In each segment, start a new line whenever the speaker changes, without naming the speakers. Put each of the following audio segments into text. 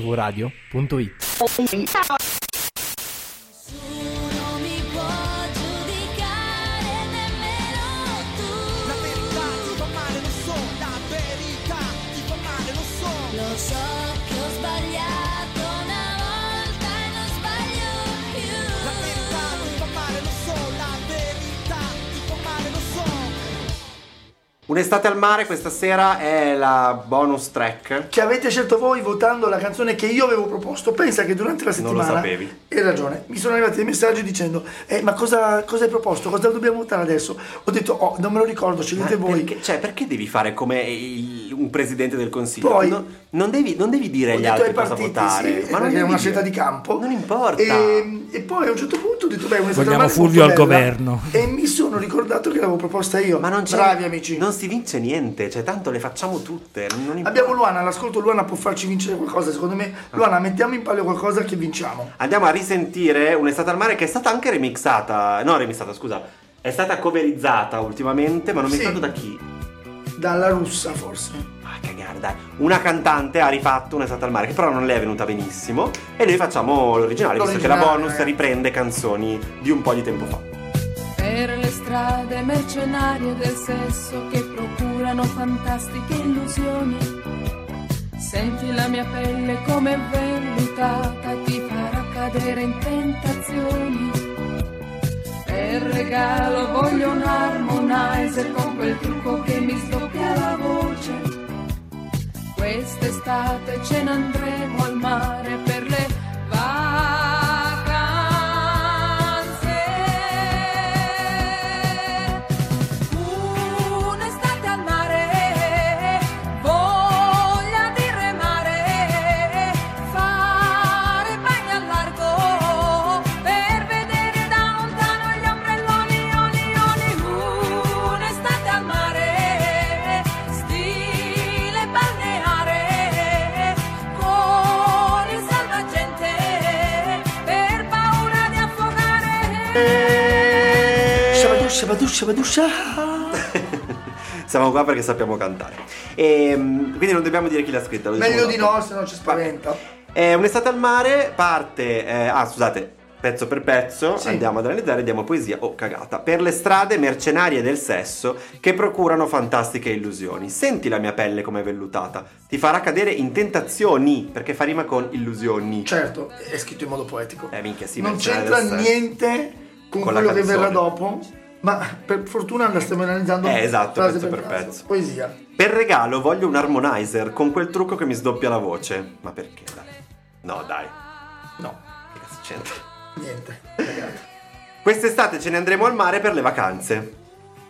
mvradio.it.
Nessuno mi può giudicare, nemmeno tu.
La verità ti fa male, lo so, la verità ti fa male, lo so.
Lo so che ho sbagliato una volta e non sbaglio più.
La verità ti fa male, lo so, la verità ti fa male, lo so.
Un'estate al mare questa sera è la bonus track.
Che avete scelto voi votando la canzone che io avevo proposto. Pensa che durante la
Non lo
settimana.
sapevi.
Hai ragione. Mi sono arrivati dei messaggi dicendo: eh, Ma cosa, cosa hai proposto? Cosa dobbiamo votare adesso? Ho detto: Oh, non me lo ricordo,
Ma
scegliete voi.
perché, cioè, perché devi fare come il- un presidente del consiglio?
Poi-
No- non, devi, non devi dire
Ho
agli
detto
altri
ai
cosa
partiti,
votare.
sì,
ma non
perché è
devi
una
dire.
scelta di campo.
Non importa.
E, e poi a un certo punto ho detto: Beh, un'estate
Vogliamo
al mare è molto
Fulvio al
bella.
governo.
E mi sono ricordato che l'avevo proposta io.
Ma non c'è.
Bravi amici.
Non si vince niente, cioè tanto le facciamo tutte. non- non importa.
Abbiamo Luana, l'ascolto Luana può farci vincere qualcosa, secondo me.
Ah.
Luana, mettiamo in palio qualcosa che vinciamo.
Andiamo a risentire un'estate al mare che è stata anche remixata. No, remixata, scusa. È stata coverizzata ultimamente, ma non mi
Sì.
ricordo da chi.
Dalla russa, forse.
Ah, cagare, dai. Una cantante ha rifatto un'estate al mare, che però non le è venuta benissimo. E noi facciamo l'originale, visto che la
L'originale,
bonus
eh.
riprende canzoni di un po' di tempo fa.
Per le strade mercenarie del sesso che procurano fantastiche illusioni. Senti la mia pelle come vellutata ti farà cadere in tentazioni. Per regalo voglio un harmonizer con quel trucco che mi sdoppia la voce. Quest'estate ce ne andremo al mare per le vacanze. Un'estate al mare, voglia di remare, fare bagno al largo per vedere da lontano gli ombrelloni, oni, oni. Un'estate al mare, stile balneare, con il salvagente, per paura di affogare.
Shabadoo, shabadoo, shabadoo, sha.
Siamo qua perché sappiamo cantare. Ehm, quindi non dobbiamo dire chi l'ha scritta. lo
Meglio
diciamo
di
dopo.
no, se no ci spaventa.
Eh, un'estate al mare parte. eh, ah, scusate, pezzo per pezzo.
Sì.
Andiamo ad analizzare, diamo poesia. Oh, cagata. Per le strade mercenarie del sesso che procurano fantastiche illusioni. Senti la mia pelle come è vellutata. Ti farà cadere in tentazioni perché fa rima con illusioni.
Certo, è scritto in modo poetico.
Eh, minchia, sì,
non
mercenario
c'entra
del sesso.
niente con,
eh. Con la
quello che verrà
canzone.
dopo, ma per fortuna la stiamo analizzando
Eh, esatto,
frase
pezzo per
frase.
pezzo.
Poesia.
Per regalo voglio un harmonizer con quel trucco che mi sdoppia la voce. Ma perché? Dai. No, dai. No. Che cazzo c'entra?
Niente. ragazzi.
Quest'estate ce ne andremo al mare per le vacanze.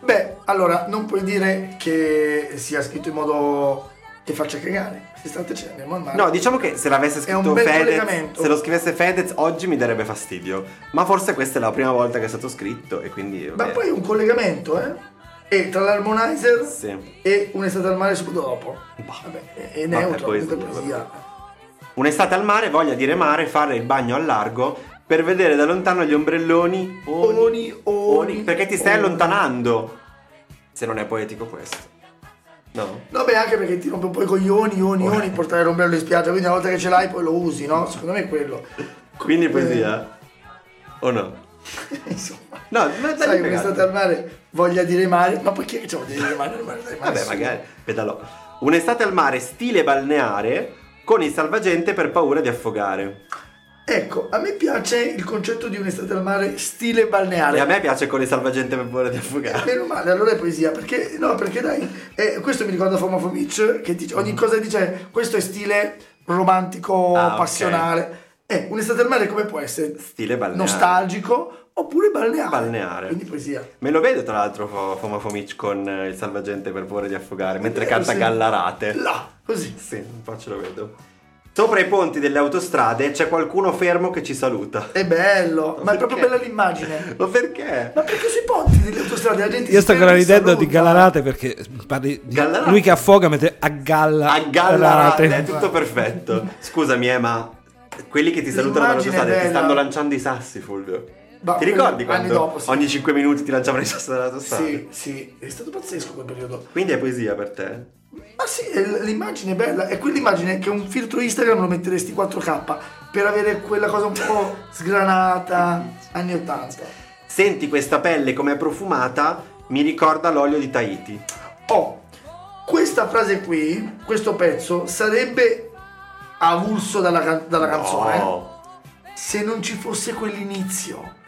Beh, allora, non puoi dire che sia scritto in modo che faccia cagare. Quest'estate ce ne andiamo al mare.
No, diciamo che se l'avesse
È un
scritto
bel
Fedez,
collegamento.
se lo scrivesse Fedez oggi mi darebbe fastidio. Ma forse questa è la prima volta che è stato scritto e quindi...
Ma
vabbè.
poi è un collegamento, eh? E tra l'harmonizer
Sì.
e un'estate al mare subito dopo.
Bah.
Vabbè, è, è
Ma è
neutro,
poesia,
è poesia.
Un'estate al mare, voglia di remare, fare il bagno al largo per vedere da lontano gli ombrelloni...
Oni, oni,
perché ti stai
oni.
allontanando. Se non è poetico questo. No?
No, beh, anche perché ti rompe un po' i coglioni, ioni,
Oh.
ioni, portare l'ombrello in spiaggia, quindi una volta che ce l'hai poi lo usi, no? Secondo me è quello.
Quindi poesia? O no?
Insomma.
No, ma dai,
Sai,
cagate.
un'estate al mare, voglia dire mare, ma poi chi è che c'ha voglia di dire mare?
Vabbè, magari, pedalò. Un'estate al mare stile balneare con il salvagente per paura di affogare.
Ecco, a me piace il concetto di un'estate al mare stile balneare.
E a me piace con il salvagente per paura di affogare.
Meno male, allora è poesia, perché no, perché dai, eh, questo mi ricorda Foma Fomic che dice, ogni cosa dice, questo è stile romantico,
Mm. Ah, ok.
passionale. Eh, un'estate al mare come può essere?
Stile balneare.
Nostalgico oppure balneare?
Balneare.
Quindi poesia.
Me lo vedo tra l'altro Fo- Foma Fomic con eh, il salvagente per paura di affogare mentre
Eh,
canta
sì.
Gallarate.
Là, così.
Sì, un po' ce lo vedo. Sopra i ponti delle autostrade c'è qualcuno fermo che ci saluta.
È bello, ma è proprio
perché?
bella l'immagine.
Ma perché?
Ma perché sui ponti delle autostrade la gente
Io
si
sto
ferma e
gravidendo di
saluta?
Galarate perché mm, parli di
Gallarate.
lui che affoga mentre aggalla
A Gallarate, è
Gallarate.
tutto perfetto. Scusami, eh, ma quelli che ti salutano
L'immagine
dall'autostrada ti
è bella.
stanno lanciando i sassi, Fulvio.
Ma
ti
quello-
ricordi quando
anni dopo, sì.
ogni 5 minuti ti lanciavano i sassi dall'autostrada?
Sì, sì, è stato pazzesco quel periodo.
Quindi è poesia per te?
Ma sì, è l- l'immagine è bella, è quell'immagine che un filtro Instagram lo metteresti 4K per avere quella cosa un po' sgranata anni 80.
Senti questa pelle com'è profumata, mi ricorda l'olio di Tahiti.
Oh, questa frase qui, questo pezzo, sarebbe avulso dalla, can- dalla canzone
No.
se non ci fosse quell'inizio.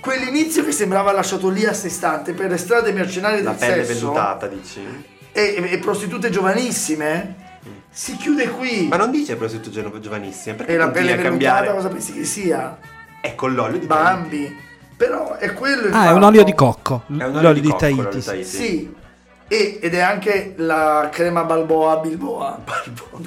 Quell'inizio che sembrava lasciato lì a sé stante per le strade mercenarie
La
del
pelle
sesso
vellutata, dici.
e, e prostitute giovanissime, si chiude qui.
Ma non dice prostituto geno- giovanissima, perché
e la
continui
pelle
a
vellutata
cambiare?
cosa pensi che sia?
È con l'olio di Tahiti.
Bambi. Però è quello il
Ah, è un
fatto.
olio di cocco.
È un olio
L'olio di,
cocco, l'olio
Tahiti.
di
sì.
Sì. E- ed è anche la crema Balboa Bilboa.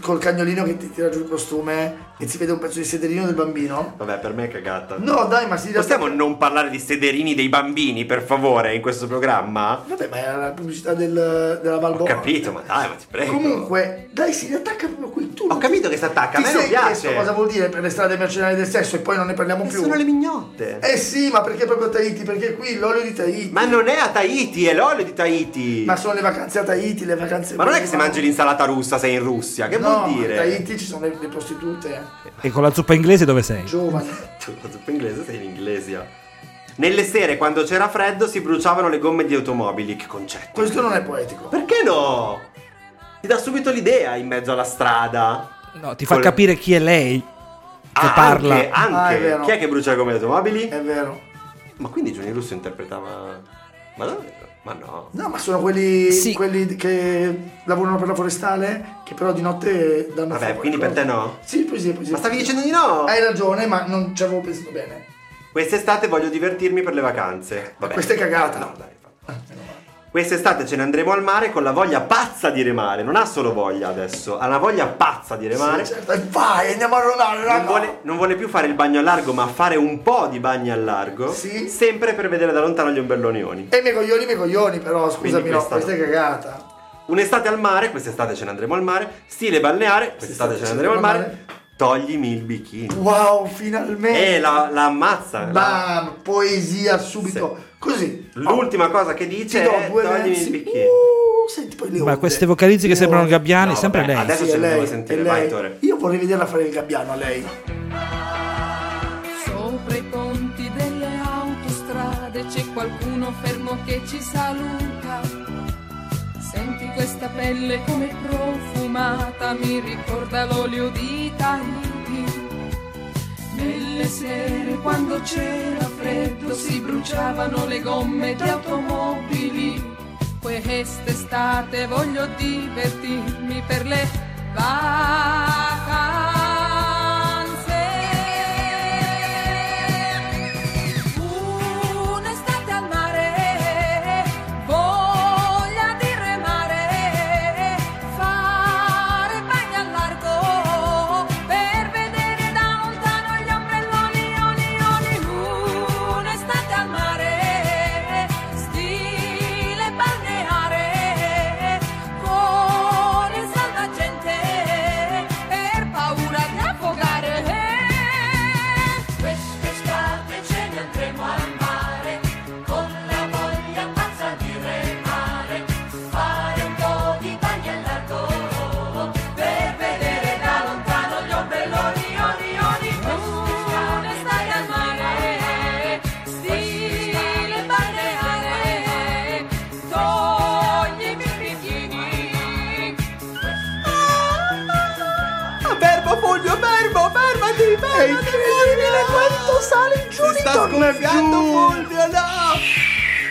Col cagnolino che ti tira giù il costume e si vede un pezzo di sederino del bambino.
Vabbè, per me è cagata.
No, dai, ma si
Possiamo non parlare di sederini dei bambini, per favore, in questo programma?
Vabbè, ma era la pubblicità del- della
Ho
Balboa.
capito, ma dai, ma ti prego.
Comunque, dai, si riattacca proprio qui. Tu
Ecco. Ho capito che si attacca, a
ti
me non
sei chiesto
piace.
cosa vuol dire per le strade mercenarie del sesso e poi non ne parliamo
E
più.
sono le mignotte.
Eh sì, ma perché proprio Tahiti? Perché qui l'olio di Tahiti.
Ma non è a Tahiti, è l'olio di Tahiti.
Ma sono le vacanze a Tahiti, le vacanze.
Ma non è che se mangi l'insalata russa sei in Russia, che
no,
vuol dire?
A Tahiti ci sono le, le prostitute
E con la zuppa inglese dove sei?
giovani.
Tu la zuppa inglese sei in Inglesia. Nelle sere, quando c'era freddo, si bruciavano le gomme di automobili. Che concetto.
Questo non è poetico.
Perché no? Ti dà subito l'idea in mezzo alla strada.
No, ti fa
Col-
capire chi è lei che
Ah,
parla.
Anche, anche.
Ah, è vero. Eh.
Chi è che brucia le gomme di automobili?
È vero.
Ma quindi Gianni Russo interpretava. Ma davvero? Ma no.
No, ma sono quelli,
Sì.
quelli che lavorano per la forestale, che però di notte danno
Vabbè,
fuoco
quindi
alle
per
cose.
te no?
Sì, poesia, poesia.
Ma stavi dicendo di no?
Hai ragione, ma non ci avevo pensato bene.
Quest'estate voglio divertirmi per le vacanze. Vabbè.
Questa è cagata.
No, dai. Quest'estate ce ne andremo al mare con la voglia pazza di remare. Non ha solo voglia adesso, ha la voglia pazza di remare.
Sì, certo. E Vai, andiamo a rodare, raga.
Non vuole, non vuole più fare il bagno a largo, ma fare un po' di bagni a largo.
Sì.
Sempre per vedere da lontano gli ombellonioni.
E i miei coglioni, i miei coglioni, però, scusami,
Quindi
no,
questa no.
questa è cagata.
Un'estate al mare, quest'estate ce ne andremo al mare. Stile balneare, quest'estate ce ne andremo al mare. Toglimi il bikini.
Wow, finalmente.
E la, la ammazza. Eh, la-
Bam, poesia subito. Così.
L'ultima cosa che
Ti
dice
do
è
due
toglimi
versi.
il bikini.
Uh, senti poi le
Ma
onde.
queste vocalizzi che
Le
sembrano
onde.
gabbiani,
No,
sempre
vabbè,
lei.
adesso-
Sì,
ce
è
ne devo
lei,
sentire,
è
vai,
lei.
Tore.
Io vorrei vederla fare il gabbiano a lei.
Sopra i ponti delle autostrade c'è qualcuno fermo che ci saluta. Senti questa pelle come profumata, mi ricorda l'olio di Tahiti. Nelle sere quando c'era freddo si bruciavano le gomme di automobili. Quest'estate voglio divertirmi per le vacanze. Un'estate al mare, voglia di remare, fare bagno al largo per vedere da lontano gli ombrelloni, oni, oni, un'estate al mare, stile balneare, con il salvagente per paura di affogare. Quest'estate ce ne andremo al mare, con la voglia pazza di remare, fare un po' di bagni al largo, per vedere da lontano gli ombrelloni, oni, oni, un'estate al mare, stile balneare, toglimi i bikini.
Verbo Ah, Fulvio, verbo, fermati, fermati Fulvio Quanto sale giù, si sta scoppiando Fulvio, no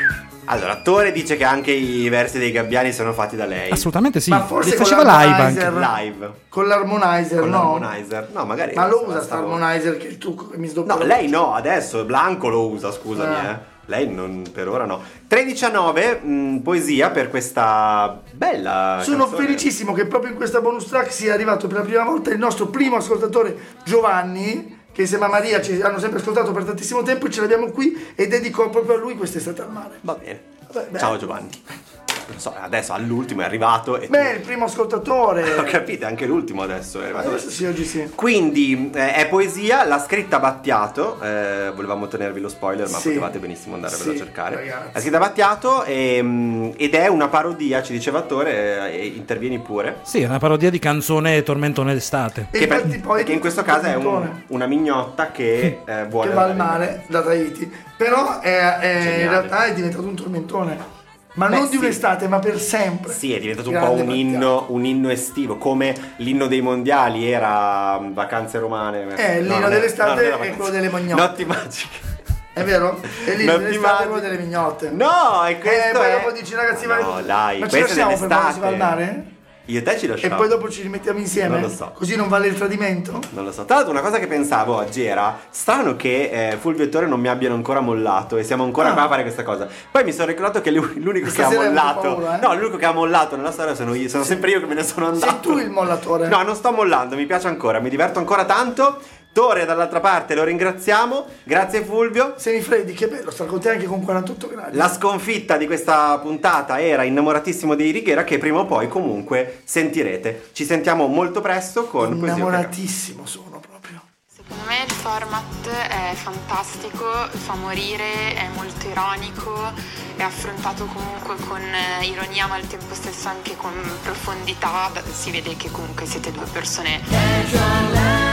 Allora, Tore dice che anche i versi dei gabbiani sono fatti da
Ah,
lei
Assolutamente sì.
Ma forse
Li
con
faceva
la
live
Budweiser.
anche.
Live
Con l'harmonizer,
Con
no?
l'harmonizer No, magari
Ma lo
se la
usa sta
stavo-
harmonizer che è il trucco che mi sdoppia.
No,
la
lei no, adesso Blanco lo usa, scusami,
Ah.
eh. Lei non, per ora no. 13 a 9, mh, poesia per questa bella.
Sono
canzone.
felicissimo che proprio in questa bonus track sia arrivato per la prima volta il nostro primo ascoltatore Giovanni, che insieme a Maria ci hanno sempre ascoltato per tantissimo tempo e ce l'abbiamo qui e dedico proprio a lui quest'estate al mare.
Va bene.
Vabbè,
Ciao Giovanni. non so, adesso all'ultimo è arrivato e...
Beh, il primo ascoltatore.
Ho capito, anche l'ultimo adesso è arrivato
Adesso
adesso.
Eh, sì, oggi sì.
Quindi eh, è poesia, la scritta Battiato, eh, volevamo tenervi lo spoiler ma
Sì.
potevate benissimo andarvelo
Sì,
a cercare.
ragazzi.
La scritta Battiato ehm, ed è una parodia, ci diceva Attore, eh, e intervieni pure.
Sì, è una parodia di canzone Tormentone d'estate.
E
Che, per-
infatti poi-
che in questo caso è un-
Tormentone.
una mignotta che eh, vuole...
che va al
andare in-
mare da Tahiti. Però è- è- in
Geniale.
realtà è diventato un tormentone. Ma
Beh,
non di
sì.
un'estate, ma per sempre.
Sì, è diventato un
Grande
po' un
Battiato.
inno, un inno estivo, come l'inno dei mondiali era mm, vacanze romane.
Eh, l'inno
non era-
dell'estate
non era
è
vacanze.
quello delle mognotte.
Notti magiche.
È vero? E lì
Notti
dell'estate
magiche.
è quello delle mignotte.
No, è questo.
Eh, poi
è-
dopo dici ragazzi, vai-
No, dai,
ma ci
questo è
lasciamo per quando si
dell'estate.
va al mare?
Io e te ci
E
lasciamo.
poi dopo ci rimettiamo insieme?
Non lo so.
Così non vale il tradimento?
Non lo so. Tra l'altro, una cosa che pensavo oggi era strano che eh, Fulvio e Torre non mi abbiano ancora mollato e siamo ancora
Ah.
qua a fare questa cosa. Poi mi sono ricordato che lui- l'unico che ha
Stasera hai avuto
mollato,
paura, eh?
no, l'unico che ha mollato nella storia sono io. Sono sempre io che me ne sono andato.
Sei tu il mollatore.
No, non sto mollando, mi piace ancora, mi diverto ancora tanto. Tore dall'altra parte, lo ringraziamo. Grazie Fulvio.
Semi freddi, che bello, star con te anche con 48 gradi.
La sconfitta di questa puntata era innamoratissimo di Righiera che prima o poi comunque sentirete. Ci sentiamo molto presto con Poesia Ubriaca.
Innamoratissimo sono proprio.
Secondo me il format è fantastico, fa morire, è molto ironico, è affrontato comunque con eh, ironia ma al tempo stesso anche con profondità, si vede che comunque siete due persone